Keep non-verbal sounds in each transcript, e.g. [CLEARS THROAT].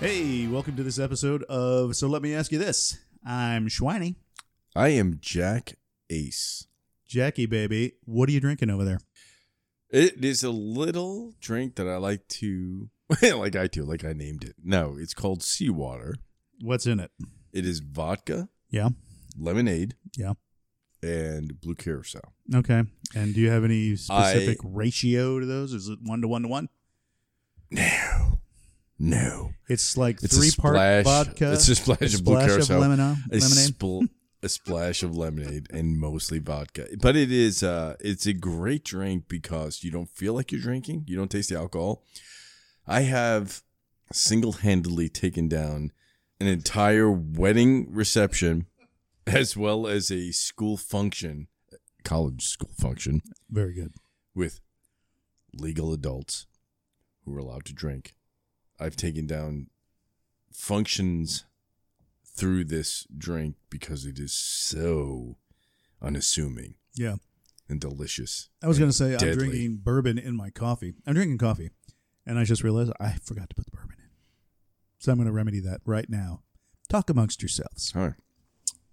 Hey, welcome to this episode of So Let Me Ask You This. I'm Schweiny. I am Jack Ace. Jackie, baby, what are you drinking over there? It is a little drink that I like to, [LAUGHS] like I do, like I named it. No, it's called seawater. What's in it? It is vodka, Yeah. lemonade, Yeah. and blue curacao. Okay. And do you have any specific I- ratio to those? Is it one to one to one? No, no, It's like it's three a part splash. vodka. It's a splash of blue splash curacao. lemono- a, lemonade. spl- a splash of lemonade and mostly vodka. But it is uh it's a great drink because you don't feel like you're drinking. You don't taste the alcohol. I have single-handedly taken down an entire wedding reception as well as a school function, college school function Very good. with legal adults who are allowed to drink. I've taken down functions through this drink because it is so unassuming Yeah. and delicious. I was going to say, I'm Deadly. drinking bourbon in my coffee. I'm drinking coffee. And I just realized I forgot to put the bourbon in. So I'm going to remedy that right now. Talk amongst yourselves. All right.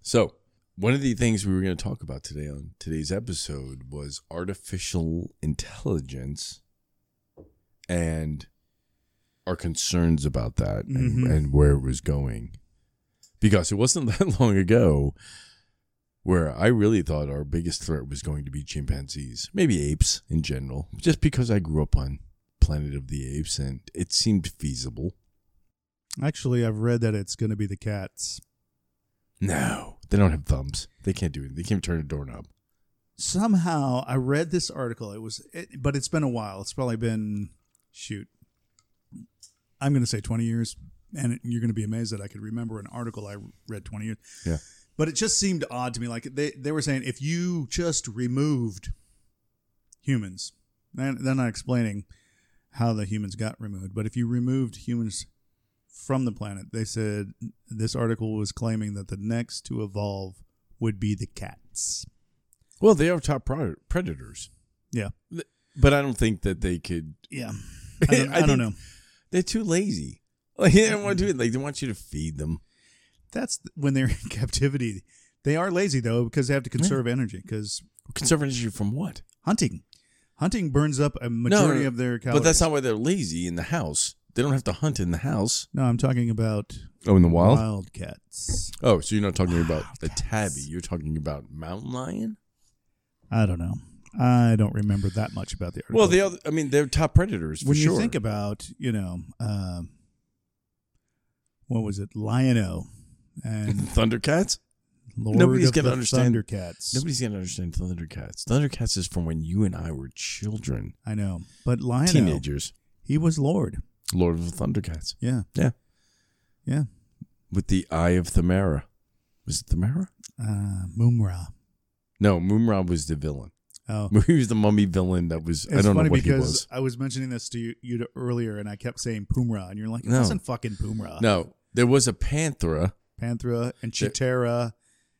So, one of the things we were going to talk about today on today's episode was artificial intelligence and our concerns about that and, Mhm. and where it was going. Because it wasn't [LAUGHS] that long ago where I really thought our biggest threat was going to be chimpanzees, maybe apes in general, just because I grew up on Planet of the Apes and it seemed feasible. Actually, I've read that it's going to be the cats. No, they don't have thumbs. They can't do it. They can't turn a doorknob. somehow I read this article. It was, it, but it's been a while. It's probably been, shoot, I'm going to say 20 years, and it- you're going to be amazed that I could remember an article I read 20 years. Yeah. But it just seemed odd to me. Like they, they were saying, if you just removed humans, and they're not explaining how the humans got removed, but if you removed humans from the planet, they said this article was claiming that the next to evolve would be the cats. Well, they are top prod- predators, Yeah. but I don't think that they could. [LAUGHS] Yeah. I don't, I I don't think- know. They're too lazy. [LAUGHS] Like, they don't want to do it. Like they want you to feed them. That's th- when they're [LAUGHS] in captivity. They are lazy though because they have to conserve energy because Conserve energy from what? hunting, hunting burns up a majority of their calories. But that's not why they're lazy in the house. They don't have to hunt in the house. No, I'm talking about Oh, in the wildcats. Oh, so you're not talking about a Wildcats. tabby. You're talking about mountain lion. I don't know. I don't remember that much about the article. Well, they are. I mean, they're top predators for when sure. you think about you know um what was it Lion-O [LAUGHS] and [LAUGHS] Thundercats. Lord Nobody's of gonna the understand- Thundercats. Nobody's gonna understand Thundercats. Thundercats is from when you and I were children, I know, but Lion-O teenagers. he was Lord. Lord of the Thundercats. Yeah, Yeah. yeah. with the Eye of Thamara. Was it Thamara? Uh, Mumra. No, Mumra was the villain. [LAUGHS] Oh, He was the mummy villain that was. I It's don't funny know what he because was. I was mentioning this to you, you to- earlier, and I kept saying Pumra, and you're like, it No. wasn't fucking Pumra. No, there was a Panthera. Panthera and Chitara,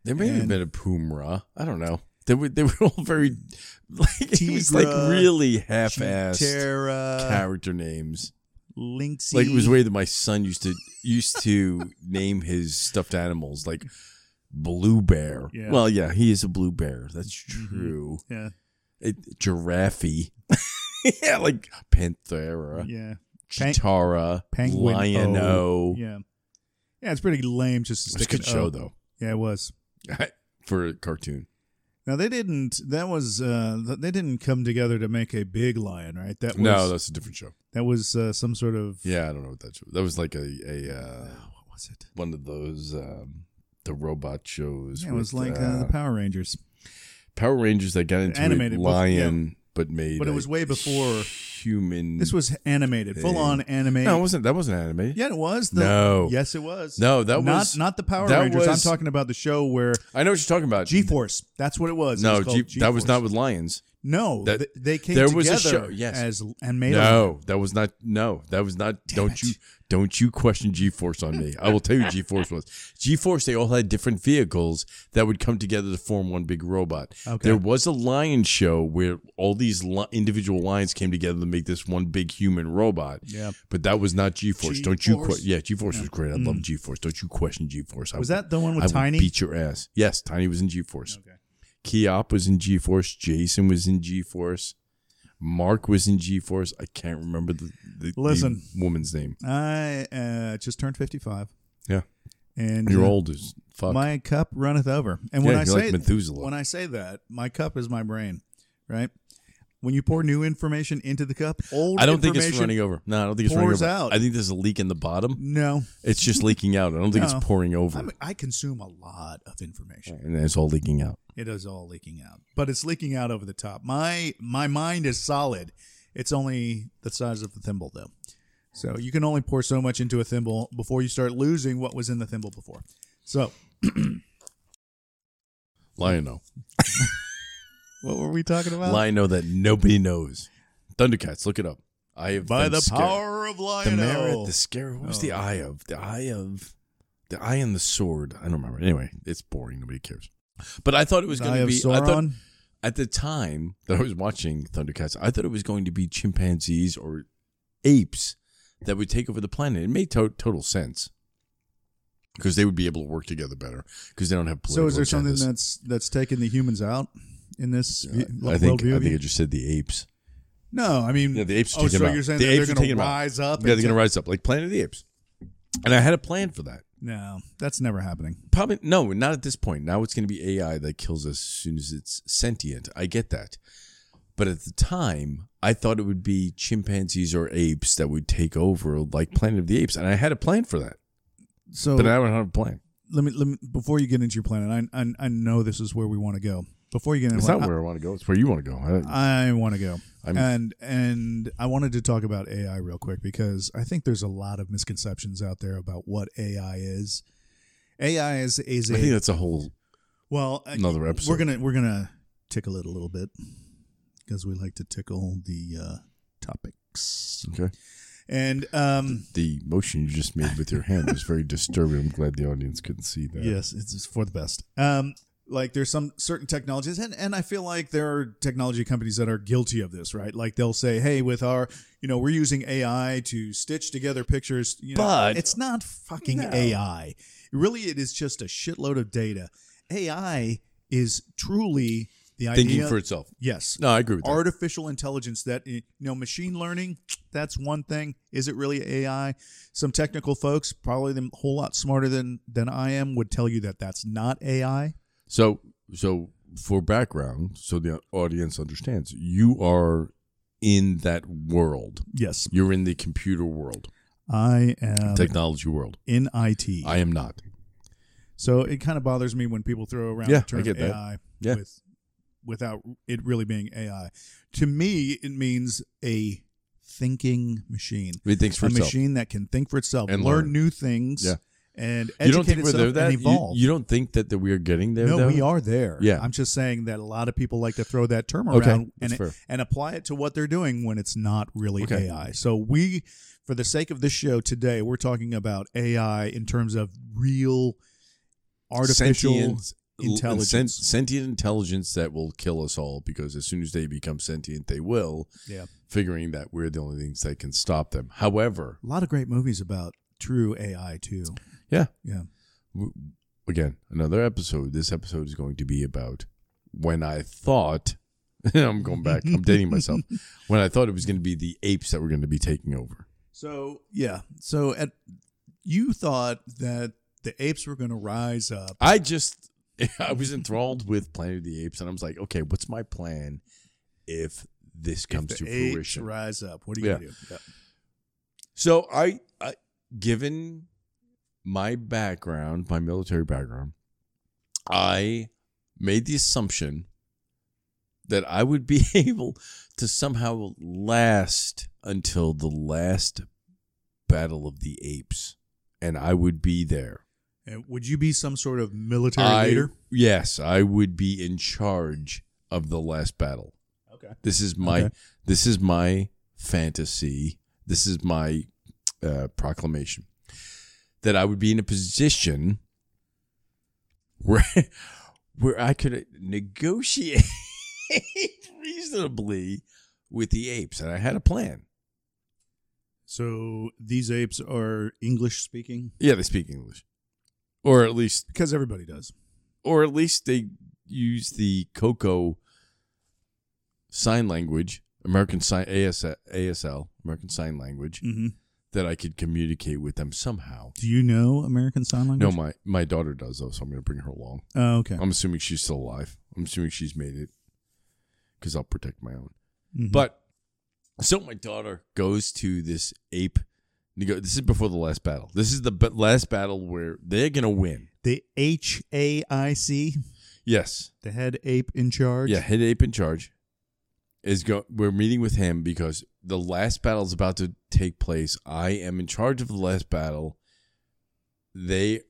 There may And- have been a Pumra. I don't know. They were they were all very [LAUGHS] like it was like Tigra, really half-assed Chitara, character names. Lynxie. Like it was the way that my son used to used to [LAUGHS] name his stuffed animals like blue bear. Yeah. Mm-hmm. Well, yeah, he is a blue bear. That's true. Yeah, It, giraffe. [LAUGHS] yeah, like Panthera. yeah, Pang- Chitara, Penguin Lion O. yeah, yeah. It's pretty lame just to It was a stick good an O. show though Yeah, it was. for a cartoon. Now they didn't. That was. uh th- They didn't come together to make a big lion, right? That was, no, that's a different show. that was uh, some sort of. Yeah, I don't know what that show. That was like a a uh, Oh, What was it? one of those um, the robot shows. Yeah, it was with, like uh, uh, the Power Rangers. Power Rangers that got into Animated, animated but- lion, but, made. But it a was way before human. This was animated, full on anime. no, it wasn't. That wasn't animated. yeah, it was. The, No. Yes, it was. No, that not, was not the Power that Rangers. was- I'm talking about the show where I know what you're talking about. G Force. That's what it was. It No, was called G, that was G-Force. not with lions. No, That- th- they came there together was a show, yes. as and made a No, that was not. No, that was not. don't it. you don't you question G Force on me? I will tell you, G Force was G Force. They all had different vehicles that would come together to form one big robot. Okay. There was a lion show where all these li- individual lions came together to make this one big human robot. Yeah. but that was not G Force. Don't you? Que- G-Force? Mm. yeah, G Force was great. I love G Force. Don't you question G Force? Was that the one with I would Tiny? Beat your ass. Yes, Tiny was in G Force. Keop was in G Force. Jason was in G Force. Mark was in G Force. I can't remember the, the, the Listen. woman's name. I uh, just turned 55. Yeah. And You're uh, old as fuck. My cup runneth over. And when Yeah, I you're like say Methuselah. when I say that, my cup is my brain, right? When you pour new information into the cup, old I don't think it's information- running over. No, I don't think it's running pours over. out. I think there's a leak in the bottom. No. It's just leaking out. I don't think No. it's pouring over. I'm, I consume a lot of information. and it's all leaking out. It is all leaking out. But it's leaking out over the top. My my mind is solid. It's only the size of the thimble though. So you can only pour so much into a thimble before you start losing what was in the thimble before. So, Lionel. what were we talking about? Lionel that nobody knows. Thundercats, look it up. I have By been the scared. power of the Lionel. merit, the scare. What was the Oh. eye of? The eye of, the eye and the sword. I don't remember. Anyway, it's boring. Nobody cares. But I thought it was going Eye to of be. I thought Sauron? at the time that I was watching Thundercats, I thought it was going to be chimpanzees or apes that would take over the planet. It made to- total sense because they would be able to work together better because they don't have So political. is there something agendas. that's that's taking the humans out in this I- view- I think worldview I of think I you? just said the apes. no, I mean Yeah, the apes are Oh, taking so them out. you're saying the that they're apes going are to taking them out. rise up? Yeah, they're and going to take- rise up like Planet of the Apes. And I had a plan for that. No, that's never happening. Probably no, not at this point. Now it's going to be AI that kills us as soon as it's sentient. I get that, but at the time, I thought it would be chimpanzees or apes that would take over, like Planet of the Apes, and I had a plan for that, So but I don't have a plan. let me let me before you get into your planet. I I, I know this is where we want to go. Before you get into It's what not where I want to go. It's where you want to go. I- I, want to go, I'm- and and I wanted to talk about AI real quick because I think there's a lot of misconceptions out there about what AI is. AI is is I think a that's a whole well I- another episode. We're gonna we're gonna tickle it a little bit because we like to tickle the uh, topics. okay. And um, The motion you just made with your hand was very disturbing. I'm glad the audience couldn't see that. yes, it's it's for the best. Um, like there's some certain technologies, and and I feel like there are technology companies that are guilty of this, right? Like they'll say, hey, with our you know we're using AI to stitch together pictures. You know, But- it's not fucking No. AI. Really, it is just a shitload of data. AI is truly the idea. Thinking for itself. yes, No, I agree with that. artificial intelligence that you know machine learning that's one thing is it really ai some technical folks probably them whole lot smarter than than i am would tell you that that's not ai So, so for background, so the audience understands, you are in that world. yes You're in the computer world, i am technology world. in it I am not. so it kind of bothers me when people throw around Yeah, the term I get that. ai Yeah. with without it really being ai to me it means a thinking machine It thinks for a itself. machine that can think for itself And learn, learn. new things Yeah. and educate you don't think we're itself there that and You- evolve You, don't think that, that we are getting there? No, though? we are there. Yeah. I'm just saying that a lot of people like to throw that term around Okay, that's and fair. and apply it to what they're doing when it's not really Okay. AI. So we, for the sake of this show today, we're talking about AI in terms of real artificial. Sentient- l- intelligence. sen- sentient intelligence that will kill us all because as soon as they become sentient, they will. Yeah. Figuring that we're the only things that can stop them. However, A lot of great movies about true AI too. Yeah. Yeah. w- again, another episode. This episode is going to be about when I thought [LAUGHS] I'm going back. I'm [LAUGHS] dating myself. When I thought it was going to be the apes that were going to be taking over. So yeah. So at you thought that the apes were going to rise up. I just [LAUGHS] I was enthralled with Planet of the Apes, and I was like, okay, what's my plan if this comes if to the apes fruition? rise up. What are you Yeah. going to do? Yeah. So I, I, given my background, my military background, I made the assumption that I would be [LAUGHS] able to somehow last until the last battle of the apes, and I would be there. Uh, Would you be some sort of military I, leader? yes, I would be in charge of the last battle. Okay. This is my Okay. this is my fantasy. This is my uh, proclamation that I would be in a position where [LAUGHS] where I could negotiate [LAUGHS] reasonably with the apes, and I had a plan. So these apes are English speaking Yeah, they speak English, or at least because everybody does. or at least they use the Coco sign language, American sign ASL, ASL American Sign Language, hmm that I could communicate with them somehow. Do you know American Sign No, Um, Language? my my daughter does though, so I'm going to bring her along. Oh, okay. I'm assuming she's still alive. I'm assuming she's made it because I'll protect my own. Mhm. But so my daughter goes to this ape. nego- This is before the last battle. This is the b- last battle where they're going to win. the H A I C, Yes. the head ape in charge. Yeah, head ape in charge is go. We're meeting with him because the last battle is about to take place. I am in charge of the last battle. They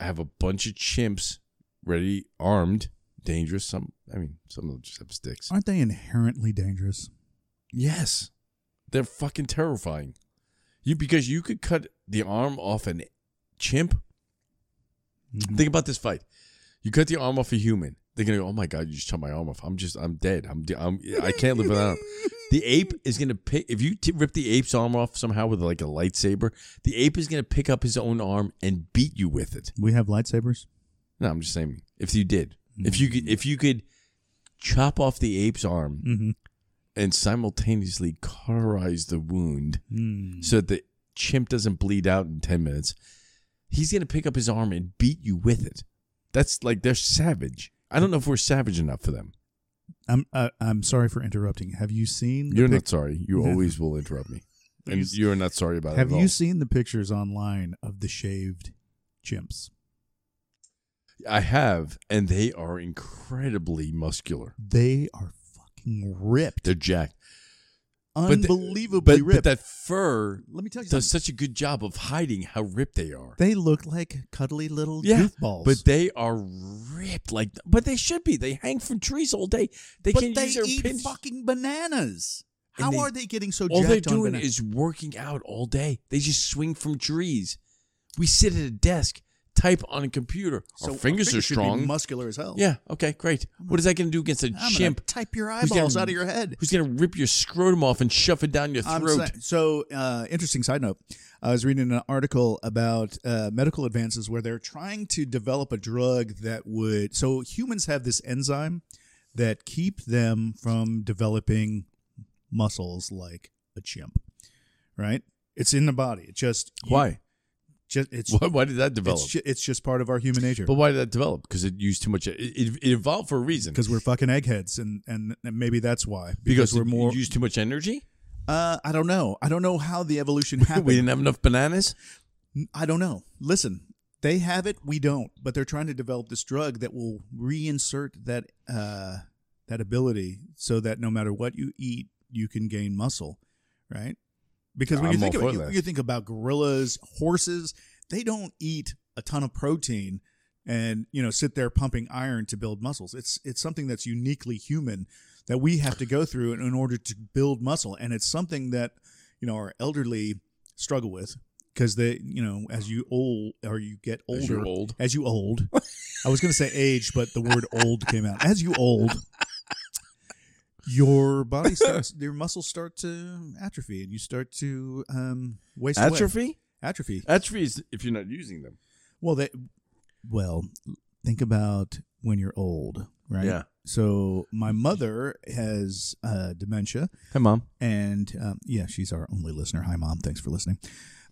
have a bunch of chimps ready, armed, dangerous. Some, I mean, some of them just have sticks. Aren't they inherently dangerous? Yes, they're fucking terrifying. You because you could cut the arm off an chimp. Mhm. Think about this fight. You cut the arm off a human. They're gonna go, oh my god, you just cut my arm off. I'm just, I'm dead. I'm, de- I'm I can't live without him. The ape is gonna pick. If you t- rip the ape's arm off somehow with like a lightsaber, the ape is gonna pick up his own arm and beat you with it. We have lightsabers. No, I'm just saying. If you did, if you could, if you could chop off the ape's arm Mm-hmm. and simultaneously cauterize the wound Mm. so that the chimp doesn't bleed out in ten minutes, he's gonna pick up his arm and beat you with it. That's like they're savage. I don't know if we're savage enough for them. I'm uh, I'm sorry for interrupting. Have you seen? the You're pic- not sorry. You always will [LAUGHS] interrupt me, and you are not sorry about it. Have at you all. seen the pictures online of the shaved chimps? I have, and they are incredibly muscular. They are fucking ripped, They're jacked, But the- unbelievably but, ripped. but that fur Let me tell you does something. such a good job of hiding how ripped they are. They look like cuddly little Yeah, goofballs. But they are ripped like, but they should be. They hang from trees all day. They But can they use their eat pinch. fucking bananas. And How they- are they getting so all jacked they're on doing bananas? is working out all day. They just swing from trees. We sit at a desk, type on a computer. So our fingers are should be strong. muscular as hell. yeah. Okay. Great. What is that going to do against a I'm chimp? Gonna type your Who's gonna- eyeballs out of your head. Who's gonna rip your scrotum off and shove it down your I'm throat? sa- so, uh, interesting side note. I was reading an article about uh, medical advances where they're trying to develop a drug that would. So, humans have this enzyme that keep them from developing muscles like a chimp, right? It's in the body. It just you- [LAUGHS] why? Just it's why? Why did that it's, develop? ju- it's just part of our human nature [LAUGHS] but why did that develop? Because it used too much. It, it, it evolved for a reason. because we're fucking eggheads, and, and and maybe that's why Because we're it more. used too much energy. uh, I don't know. I don't know how the evolution happened. [LAUGHS] We didn't have enough bananas. I don't know. Listen, they have it, we don't, but they're trying to develop this drug that will reinsert that uh, that ability so that no matter what you eat, you can gain muscle, right? Because when I'm you think all about for you, that. you think about gorillas, horses, they don't eat a ton of protein and you know sit there pumping iron to build muscles. It's it's something that's uniquely human that we have to go through in, in order to build muscle, and it's something that you know our elderly struggle with because they you know as you old or you get older As you're old. as you old i was going to say age but the word old came out as you old your body starts your muscles start to atrophy and you start to um waste away. Atrophy. atrophy Atrophy is if you're not using them. well they well think about when you're old right Yeah. so my mother has uh dementia Hi, mom. and um, yeah, she's our only listener. Hi, mom. Thanks for listening.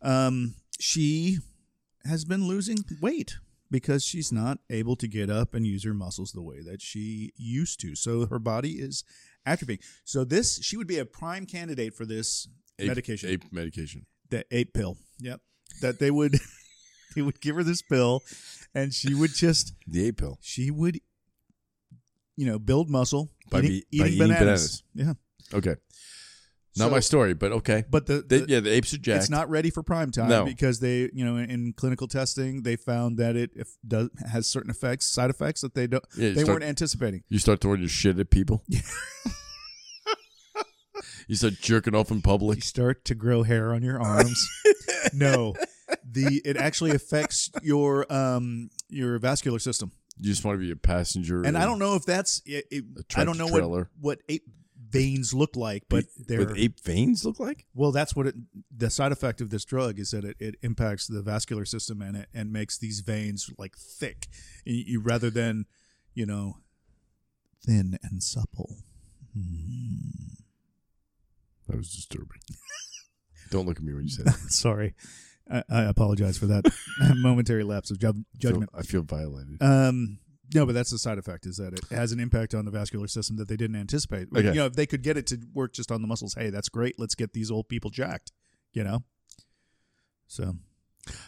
Um, she has been losing weight because she's not able to get up and use her muscles the way that she used to. So her body is atrophying. So this, she would be a prime candidate for this medication, Ape medication. the ape pill. Yep, that they would, [LAUGHS] they would give her this pill, and she would just The ape pill. she would you know build muscle by, eating, be, by eating eating bananas. bananas. Yeah, Okay. Not So- my story, but okay. but the, They, the- yeah, the apes are jacked. it's not ready for prime time No. because they, you know, in, in clinical testing, they found that it if, does has certain effects, side effects that they don't Yeah, you they start- weren't anticipating. You start throwing your shit at [LAUGHS] people. you start jerking off in You public. start to grow hair on your arms. [LAUGHS] no, the it actually affects your um your vascular system, You just want to be a passenger. and in I don't know if that's it, it, a I tractor don't know what trailer. what ape veins look like, but they're With ape veins look like? well. That's what it, the side effect of this drug is that it, it impacts the vascular system and it and makes these veins like thick, and you, you- rather than you know thin and supple. [LAUGHS] Hmm. That was disturbing. [LAUGHS] don't look at me when [LAUGHS] you say that. Sorry, I, I apologize for that [LAUGHS] momentary lapse of ju- I feel- judgment. I feel violated. Um, no, but that's the side effect is that it has an impact on the vascular system that they didn't anticipate. Okay. You know, if they could get it to work just on the muscles, hey, that's great. Let's get these old people jacked. You know. So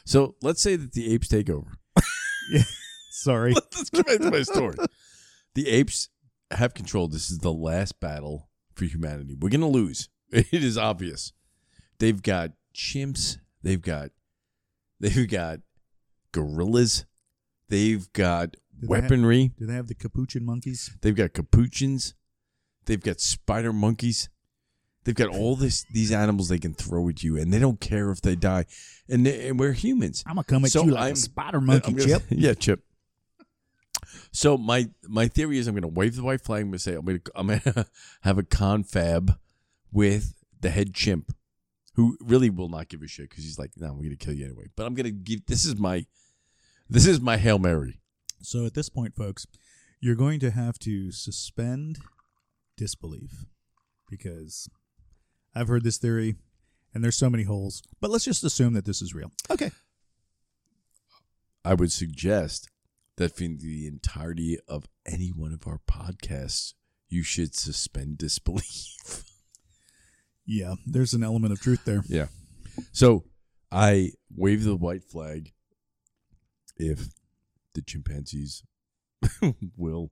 So let's say that the apes take over. sorry. Let's get back to my story. The apes have control. This is the last battle for humanity. We're going to lose. [LAUGHS] It is obvious. They've got chimps. They've got they've got gorillas. They've got they have- weaponry. Do they have the capuchin monkeys? They've got capuchins. They've got spider monkeys. They've got all this these animals they can throw at you, and they don't care if they die. And, they, and we're humans. I'm gonna come at So you like I'm- a spider monkey, I'm gonna- Chip. [LAUGHS] yeah, Chip. So my my theory is I'm going to wave the white flag. I'm going to say I'm going to I'm going to [LAUGHS] have a confab with the head chimp, who really will not give a shit because he's like, no, we're going to kill you anyway. But I'm going to give this is my this is my hail mary. So at this point, folks, you're going to have to suspend disbelief because I've heard this theory, and there's so many holes. But let's just assume that this is real. Okay. I would suggest that for the entirety of any one of our podcasts, you should suspend disbelief. Yeah, there's an element of truth there. Yeah. So I wave the white flag if the chimpanzees [LAUGHS] will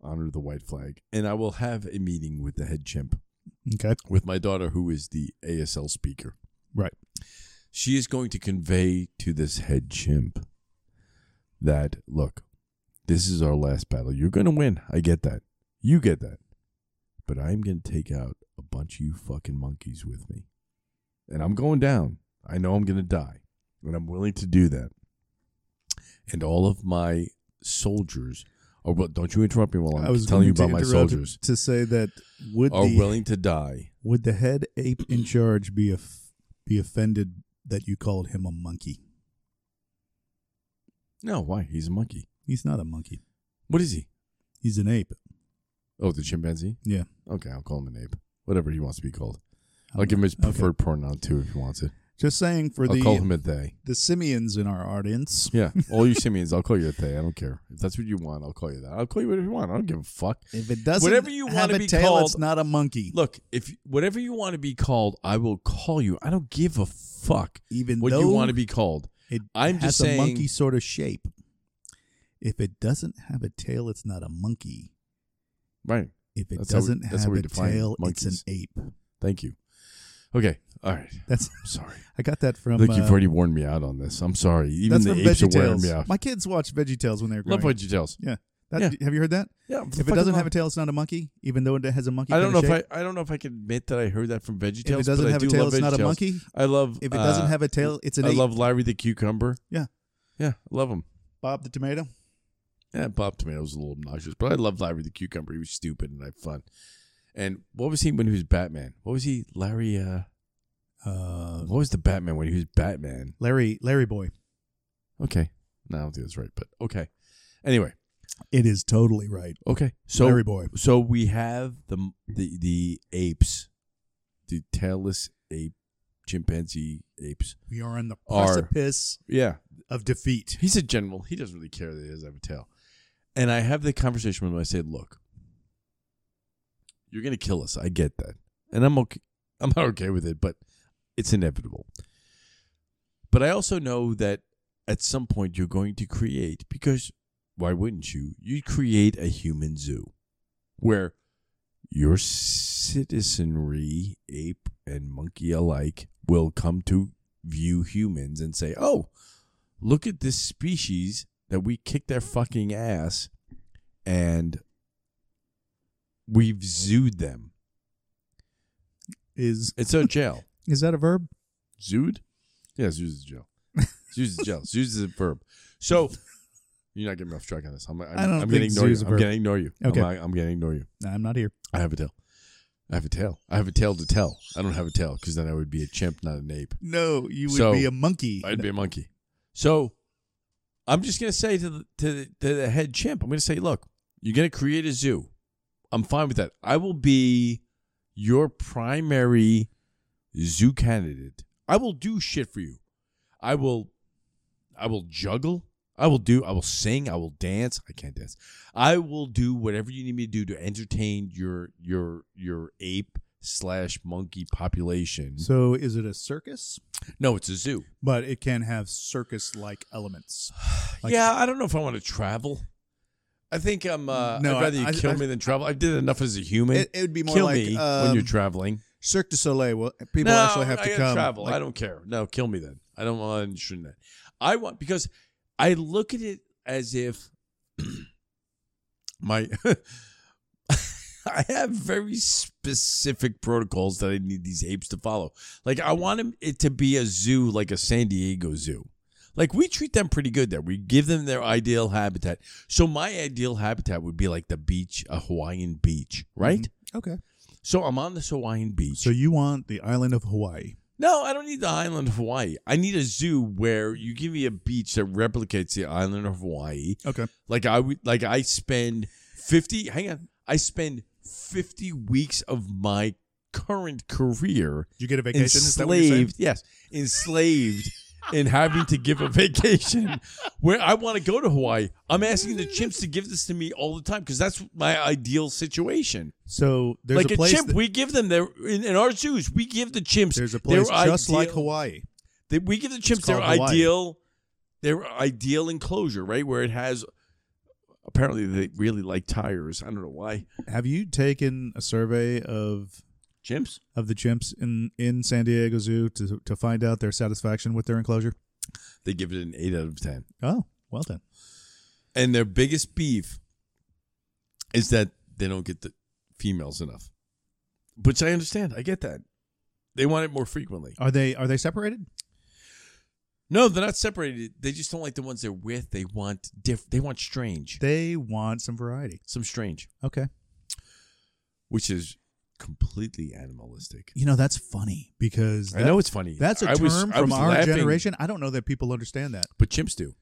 honor the white flag. And I will have a meeting with the head chimp Okay. with my daughter, who is the ASL speaker. Right. She is going to convey to this head chimp that, look, this is our last battle. You're going to win. I get that. You get that. But I'm going to take out a bunch of you fucking monkeys with me. And I'm going down. I know I'm going to die. And I'm willing to do that. And all of my soldiers are, well, don't you interrupt me while I'm I was telling you going about to my interrupt soldiers, Oh, to say that would are the willing to die. would the head ape in charge be of, be offended that you called him a monkey? No, why? He's a monkey. He's not a monkey. What is he? He's an ape. Oh, the chimpanzee? Yeah. Okay, I'll call him an ape. Whatever he wants to be called. I'll give him his preferred pronoun too if he wants it. Just saying for I'll call the him a they. the simians in our audience. Yeah. All you simians, I'll call you a they. I don't care. If that's what you want, I'll call you that. I'll call you whatever you want. I don't give a fuck. If it doesn't Whatever you have wanna a be tail, it's called- not a monkey. Look, if whatever you want to be called, I will call you. I don't give a fuck Even what though you want to be called. it I'm has just a saying- monkey sort of shape. If it doesn't have a tail, it's not a monkey. Right. If it That's how we- doesn't that's how have we a define tail, it's monkeys. an ape. Thank you. Okay. All right. That's I'm sorry. [LAUGHS] I got that from Look, uh, you've already warned me out on this. I'm sorry. Even That's the from apes are wearing VeggieTales. me out. My kids watched VeggieTales when they were growing Love up. what you tells. That, Have you heard that? Yeah. If it doesn't have a tail, it's not a monkey, even though it has a monkey. I don't know kinda if shape. I, I don't know if I can admit that I heard that from If VeggieTales. it but doesn't I have a do tail, love it's not a VeggieTales. monkey. I love If it doesn't uh, have a tail, it's an I ape. love Larry the cucumber. Yeah. yeah, I love him. Bob the tomato. Yeah, Bob Tomato was a little obnoxious, but I love Larry the cucumber. He was stupid and I had fun. And what was he when he was Batman? What was he, Larry? Uh, Uh, what was the Batman when he was Batman? Larry, Larry boy. Okay, no, I don't think that's right, but okay. Anyway, It is totally right. okay, so Larry boy. so we have the the the apes, the tailless ape, chimpanzee apes. We are on the Are- precipice Yeah, of defeat. He's a general. He doesn't really care that he doesn't have a tail. And I have the conversation with him. I say, look, you're going to kill us. I get that. And I'm okay. I'm not okay with it, but it's inevitable. But I also know that at some point you're going to create, because why wouldn't you? You create a human zoo where your citizenry, ape and monkey alike, will come to view humans and say, oh, look at this species that we kicked their fucking ass and we've zooed them. Is It's [LAUGHS] a jail. is that a verb? Zooed? Yeah, Zeus [LAUGHS] is jail. Zeus is jail. Zeus is a verb. So you're not getting me off track on this. I'm, I'm, I don't am think gonna ignore zoo's you. a I'm verb. gonna ignore you. Okay. I'm, I'm gonna ignore you. Nah, I'm not here. I have a tail. I have a tail. I have a tail to tell. I don't have a tail because then I would be a chimp, not an ape. No, you would So, be a monkey. I'd be a monkey. So I'm just gonna say to the, to the, to the head chimp, I'm gonna say, look, you're gonna create a zoo. I'm fine with that. I will be your primary zoo candidate. I will do shit for you. I will, I will juggle. I will do. I will sing. I will dance. I can't dance. I will do whatever you need me to do to entertain your your your ape slash monkey population. [LAUGHS] So is it a circus? no, it's a zoo. But it can have circus-like elements. Like- yeah, I don't know if I want to travel. I think I'm. Uh, No, I'd rather I- you I- kill I- me than travel. I did enough as a human. It, it would be more kill like me when um, you're traveling. Cirque du Soleil. Well, people no, actually have I to gotta come. Travel. Like, I don't care. No, kill me then. I don't want to interest in that. I want because I look at it as if [CLEARS THROAT] my [LAUGHS] I have very specific protocols that I need these apes to follow. Like I want 'em- it to be a zoo, like a San Diego zoo. Like we treat them pretty good there. We give them their ideal habitat. So my ideal habitat would be like the beach, a Hawaiian beach, right? Mm-hmm. okay. So I'm on this Hawaiian beach. So you want the island of Hawaii? No, I don't need the island of Hawaii. I need a zoo where you give me a beach that replicates the island of Hawaii. Okay. Like I would like I spend 50 hang on. I spend 50 weeks of my current career You get a vacation. Is that what you're saying? enslaved, yes, [LAUGHS] enslaved in having to give a vacation where I want to go to Hawaii. I'm asking the chimps to give this to me all the time because that's my ideal situation. So there's like a a, place. chimp, that- we give them their in, in our zoos, we give the chimps there's a their place just like ideal- Hawaii. they, we give the chimps their called Hawaii. ideal, their ideal enclosure, right? Where it has. Apparently, they really like tires. I don't know why. Have you taken a survey of Chimps. of the chimps in in San Diego Zoo to to find out their satisfaction with their enclosure? They give it an eight out of ten. Oh, well then. And their biggest beef is that they don't get the females enough, which I understand. I get that. They want it more frequently. Are they are they separated? No, they're not separated. They just don't like the ones they're with. They want diff. They want strange. They want some variety. Some strange, Okay. which is completely animalistic. You know that's funny because I know it's funny. that's a I term was- I from was our laughing, generation. I don't know that people understand that. but chimps do.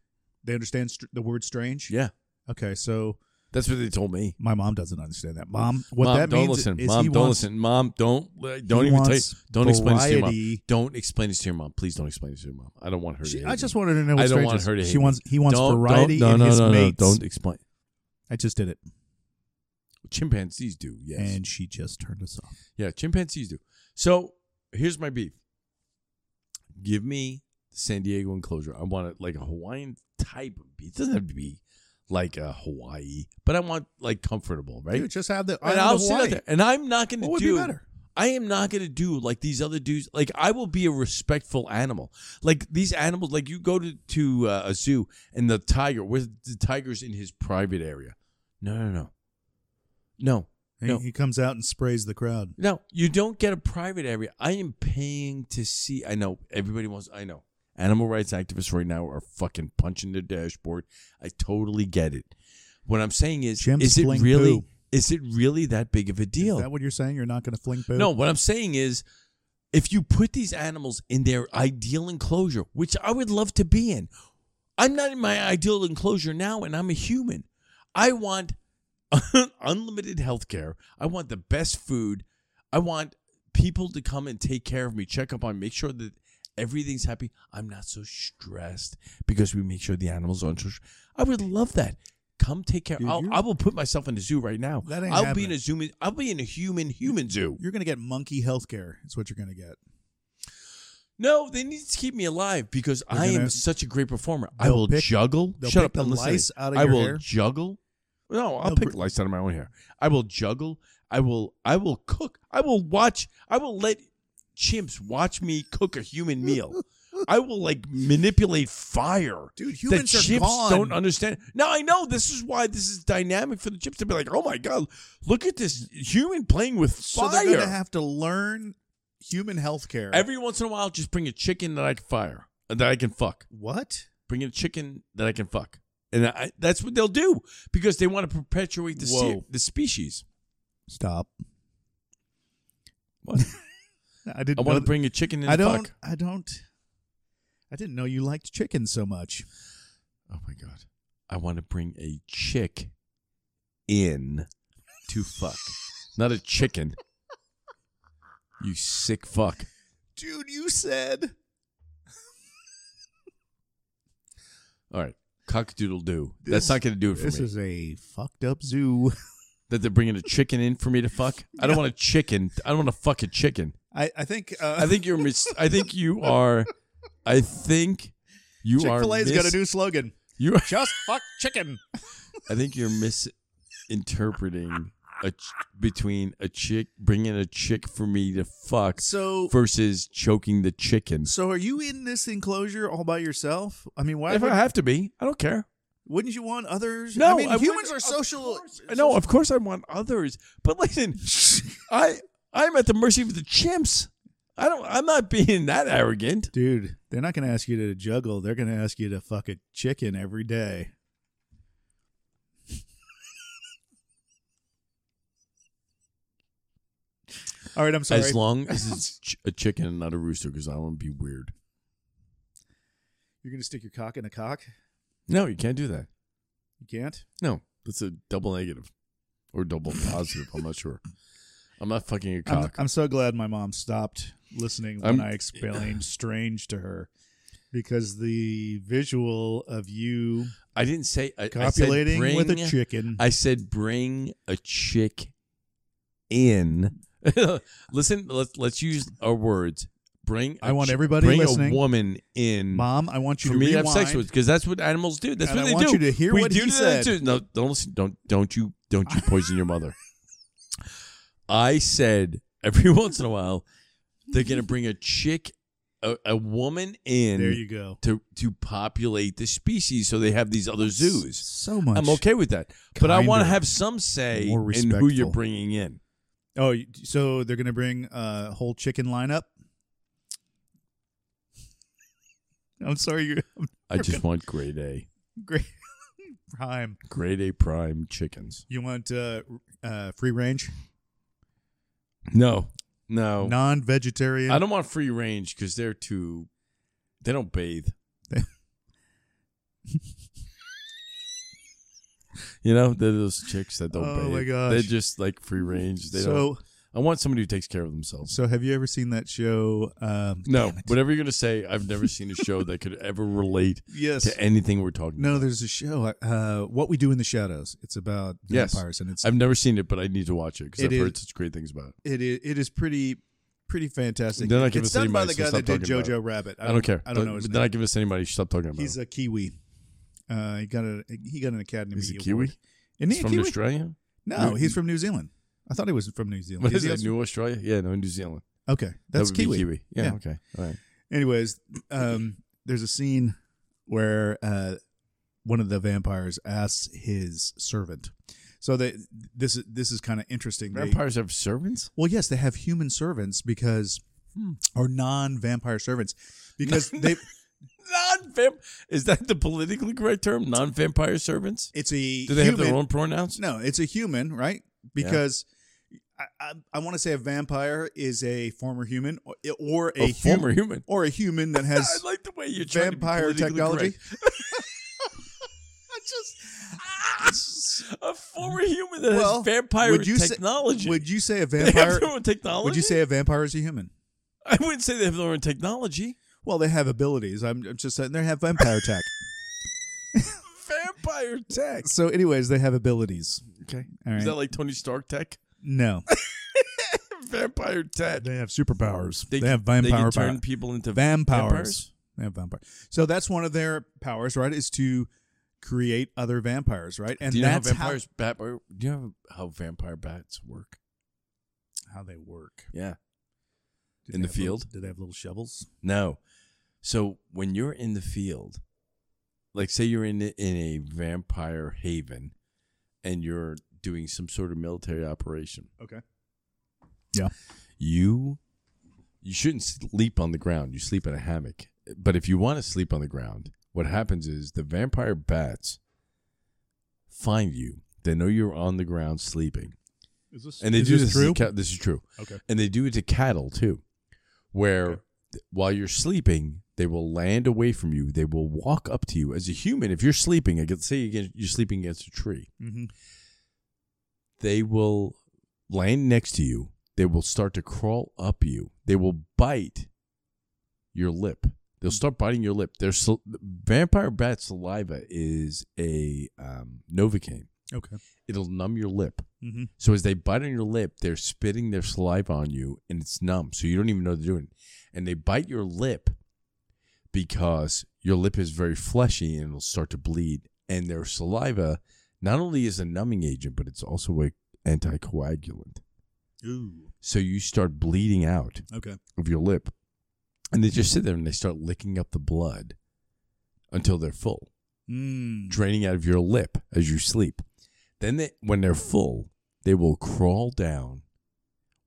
They understand str- the word strange. Yeah, Okay, so that's what they told me. my mom doesn't understand that. Mom, what Mom, that don't means listen. is Mom, he don't wants, listen. Mom, don't li- don't he even tell you, wants don't explain this to your mom. variety. Don't explain this to your mom. Please don't explain this to your mom. I don't want her. to She, hate I just me. wanted to know. What I don't strange want is. her to hate She me. wants. He wants Don't- don't- variety No, in no, his no, mates. no. Don't explain. I just did it, Chimpanzees do. Yes. and she just turned us off. yeah, chimpanzees do. So here's my beef. Give me the San Diego enclosure. I want it like a Hawaiian type of beach. It doesn't have to be like a Hawaii, but I want like comfortable, right? Dude, just have the. and island I'll of sit out Hawaii. there. And I'm not going to What would do. be better? I am not going to do like these other dudes. Like I will be a respectful animal. Like these animals. Like you go to to uh, a zoo and the tiger. Where's the tiger's in his private area? No, no, no, no, He- no. He comes out and sprays the crowd. No, you don't get a private area. I am paying to see. I know everybody wants. I know animal rights activists right now are fucking punching their dashboard. I totally get it. What I'm saying is, Chimps is it fling really? poo. Is it really that big of a deal? Is that what you're saying? You're not going to fling poo? No, what I'm saying is if you put these animals in their ideal enclosure, which I would love to be in, I'm not in my ideal enclosure now and I'm a human. I want [LAUGHS] unlimited health care. I want the best food. I want people to come and take care of me, check up on, me, make sure that everything's happy. I'm not so stressed because we make sure the animals aren't so. str- I would love that. Come take care. Dude, I'll, you're- I will put myself in a zoo right now. That ain't I'll be happening. in a zoo. I'll be in a human human zoo. You're going to get monkey health care, is what you're going to get. No, they need to keep me alive because They're I am gonna- such a great performer. I they'll will pick- juggle. they'll Shut pick up the and listen. to lice me. out of I your will hair. juggle. No, I'll They'll pick br- lice out of my own hair. I will juggle. I will I will cook. I will watch I will let chimps watch me cook a [LAUGHS] human meal. I will like manipulate fire. Dude, that humans are chimps gone. don't understand. Now I know this is why this is dynamic for the chimps to be like, oh my god, look at this human playing with so fire. they're going to have to learn human health care. Every once in a while, just bring a chicken that I can fire that I can fuck. what? Bring in a chicken that I can fuck, and I, that's what they'll do because they want to perpetuate the se- Whoa. the species. Stop. What? [LAUGHS] I didn't. I want know to bring a chicken in. I the don't. Fuck. I don't. I didn't know you liked chicken so much. Oh my god! I want to bring a chick in [LAUGHS] to fuck, not a chicken. You sick fuck. Dude, you said All right, cockadoodle doo. That's not going to do it for this me. is a fucked up zoo. [LAUGHS] that they're bringing a chicken in for me to fuck. I don't want a chicken. I don't want to fuck a chicken. I, I think uh, I think you're mis- I think you are. I think you Chick Fil are. A's Mis- got a new slogan: You. Are, "Just fuck chicken." I think you're misinterpreting a ch- between a chick bringing a chick for me to fuck So, versus choking the chicken. so are you in this enclosure all by yourself? I mean, why If I would, have to be, I don't care. wouldn't you want others? No, I mean, I humans wouldn't- are of social. course. No, of course I want others, but listen, [LAUGHS] I I'm at the mercy of the chimps. I don't. I'm not being that arrogant. dude, they're not going to ask you to juggle. They're going to ask you to fuck a chicken every day. all right, I'm sorry. As long [LAUGHS] as it's ch- a chicken and not a rooster, because I want to be weird. You're going to stick your cock in a cock? No, you can't do that. You can't. No, that's a double negative [LAUGHS] or double positive. I'm not sure. I'm not fucking a I'm, cock. I'm so glad my mom stopped listening when I'm- I [LAUGHS] explained strange to her because the visual of you I didn't say I, I said copulating bring, with a chicken. I said bring a chick in. [LAUGHS] Listen, let's let's use our words. Bring. I a want chi- everybody bring listening- a woman in. Mom, I want you for to me to rewind. have sex with because that's what animals do. That's And what I they want do. you to hear we what do he to them, said. too. No, don't listen, don't don't you don't you poison your mother. I said every [LAUGHS] once in a while they're gonna bring a chick, a, a woman in There you go. to to populate the species, so they have these other zoos. So much. I'm okay with that, but I want to kinder, have some say more in who you're respectful. bringing in. Oh, you- so they're gonna bring a whole chicken lineup. [LAUGHS] I'm sorry, you I just want grade A, great prime. grade A prime chickens. You want uh, uh, free range, No, no, non-vegetarian? Oh. I don't want free range because they're too. They don't bathe. [LAUGHS] you know, they're those chicks that don't Oh bathe. my gosh. They're just like free range. They don't. so, I want somebody who takes care of themselves. so have you ever seen that show? [LAUGHS] Um, No, whatever you're gonna say, I've never seen a show that could ever relate yes. [LAUGHS] to anything we're talking. about. no, there's a show. Uh, what we do in the shadows. It's about Yes. vampires, and it's I've never seen it, but I need to watch it because It I've is- heard such great things about it. it is it is pretty pretty fantastic. They're not giving it's us any done by money, the so guy stop that did talking about Jojo Rabbit. I don't, care. I don't know his They're name. not giving us any money. Stop talking about He's it. a Kiwi. Uh, he got a he got an Academy He's a Award. Kiwi. Isn't he He's a from Kiwi? Australia. No, New- he's from New Zealand. I thought he was from New Zealand. What Is is he it? also- New Australia? Yeah, no, New Zealand. okay, that's that would Kiwi. Be Kiwi. Yeah, Yeah. Okay. All right. Anyways, um, there's a scene where uh, one of the vampires asks his servant. So they this is this is kind of interesting. They- Vampires have servants. well, yes, they have human servants because hmm, or non-vampire servants [LAUGHS] because they Non vamp. Is that the politically correct term? Non vampire servants. it's a Do they have their human- own pronouns? No, it's a human, right? Because I, I, I want to say a vampire is a former human or, or a, A, hu- former human. or a human that [LAUGHS] I has like the way you're trying vampire to be politically technology. correct. I just ah, A former human that Well, has vampire would you say- technology. would you say a [LAUGHS] they have vampire? their own technology? Would you say a vampire is a human? I wouldn't say they have their own technology. Well, they have abilities. I'm, I'm just saying they have vampire [LAUGHS] tech. Vampire tech. so, anyways, they have abilities. Okay. All right. Is that like Tony Stark tech? [LAUGHS] no, vampire tech. they have superpowers. They, can- have vampire They can power. turn people into vampires. vampires. They have vampires. So that's one of their powers, right? Is to create other vampires, right? And do you know how that's vampires bat, do you know how vampire bats work? how they work. Yeah. Did In they the have little- field? did they have little shovels? No. So when you're in the field, like say you're in in a vampire haven, and you're doing some sort of military operation, Okay. you you shouldn't sleep on the ground. You sleep in a hammock. But if you want to sleep on the ground, what happens is the vampire bats find you. They know you're on the ground sleeping, Is this and they is do this this. true? To ca- this is true. okay. and they do it to cattle too, where Okay. th- while you're sleeping, they will land away from you. They will walk up to you as a human. If you're sleeping, against, say against, you're sleeping against a tree, hmm they will land next to you. They will start to crawl up you. They will bite your lip. They'll start biting your lip. Their sal- vampire bat saliva is a um, novocaine. Okay. It'll numb your lip. hmm So as they bite on your lip, they're spitting their saliva on you, and it's numb, so you don't even know they're doing. it. And they bite your lip because your lip is very fleshy and it'll start to bleed. And their saliva not only is a numbing agent, but it's also a anticoagulant. Ooh. So you start bleeding out Okay. of your lip, and they just sit there and they start licking up the blood until they're full Mm. draining out of your lip as you sleep. Then, they, when they're full, they will crawl down,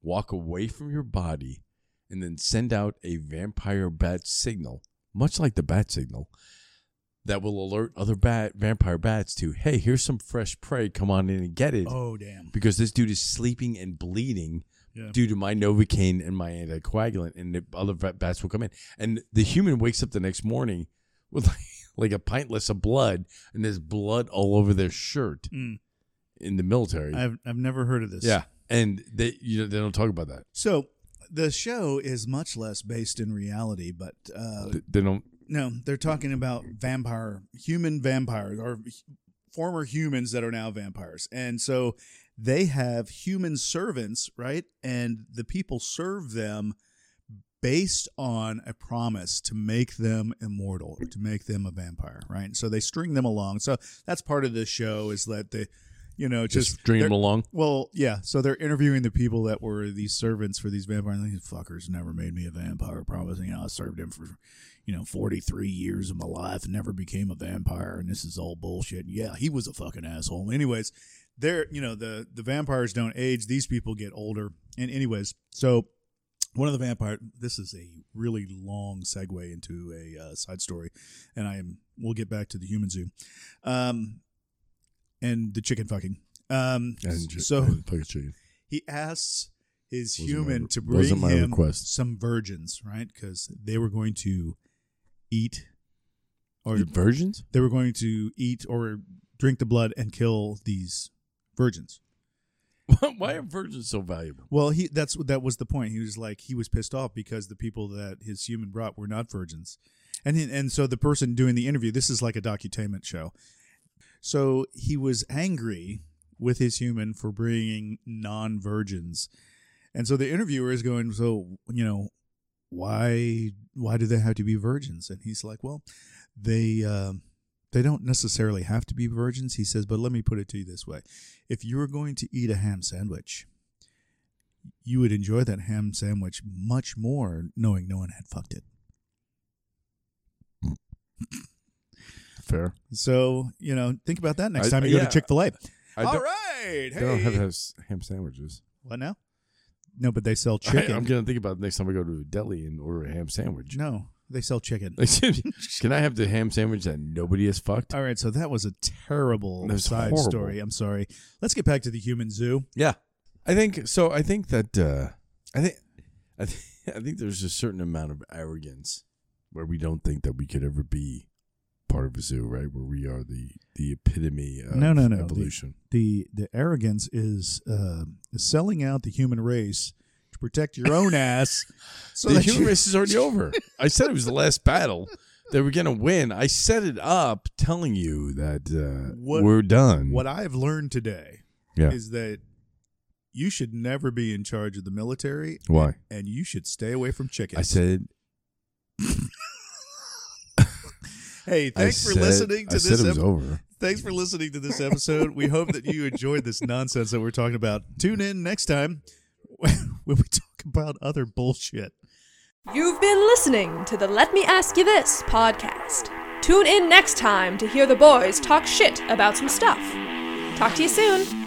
walk away from your body, and then send out a vampire bat signal, much like the bat signal, that will alert other bat vampire bats to, "Hey, here's some fresh prey. Come on in and get it." Oh damn. Because this dude is sleeping and bleeding Yeah. due to my novocaine and my anticoagulant, and the other va- bats will come in. And the human wakes up the next morning with like, [LAUGHS] like a pint less of blood, and there's blood all over their shirt Mm. in the military. I've I've never heard of this. yeah, and they you know they don't talk about that. So the show is much less based in reality, but uh, They- They don't. no, they're talking about vampire, human vampires, or h- former humans that are now vampires, and so they have human servants, right? And the people serve them based on a promise to make them immortal, to make them a vampire, right? So they string them along. So that's part of the show is that they, you know, just, Just dream they're- along. well, yeah. So they're interviewing the people that were these servants for these vampires. and These fuckers never made me a vampire, promising. You know, I served him for, you know, 43 years of my life, never became a vampire. And this is all bullshit. And yeah, he was a fucking asshole. Anyways, they're, you know, the, the vampires don't age. These people get older. And, anyways, so one of the vampire, this is a really long segue into a uh, side story. And I am, we'll get back to the human zoo. Um, and the chicken fucking. Um, And so fucking chicken. he asks his Wasn't human my- to bring wasn't my him request. some virgins, right? Because they were going to eat, or The virgins? [LAUGHS] they were going to eat or drink the blood and kill these virgins. Why are virgins so valuable? Well, he that's that was the point. He was like he was pissed off because the people that his human brought were not virgins, and he, and so the person doing the interview, this is like a docutainment show. So he was angry with his human for bringing non virgins, and so the interviewer is going, so you know, why why do they have to be virgins? And he's like, well, they. um they don't necessarily have to be virgins, he says, but let me put it to you this way. If you're going to eat a ham sandwich, you would enjoy that ham sandwich much more knowing no one had fucked it. Fair. So, you know, think about that next I- time you go yeah. to Chick fil A. I All don't, right. they don't Hey. have has- ham sandwiches. what now? No, but they sell I, am chicken. gonna think about it next time I go to a deli and order a ham sandwich. no, they sell chicken. Like, [LAUGHS] Can I have the ham sandwich that nobody has fucked? All right. So that was a terrible That was side horrible. story. I'm sorry. Let's get back to the human zoo. Yeah, I think so. I think that uh, I think I, th- [LAUGHS] I think there's a certain amount of arrogance where we don't think that we could ever be part of a zoo, right? Where we are the the epitome of No, no, no. The- evolution. The the arrogance is uh, selling out the human race to protect your [LAUGHS] own ass. [LAUGHS] So the that you- human race is already over. I said it was the last battle that we're gonna win. I set it up, telling you that uh, What- we're done. what I've learned today Yeah. is that you should never be in charge of the military Why? and you should stay away from chickens. I said hey, I thanks for said- listening to I this Said it was episode. over. Thanks for listening to this episode. we hope that you enjoyed this nonsense that we're talking about. Tune in next time [LAUGHS] when we talk about other bullshit. You've been listening to the Let Me Ask You This podcast. Tune in next time to hear the boys talk shit about some stuff. Talk to you soon.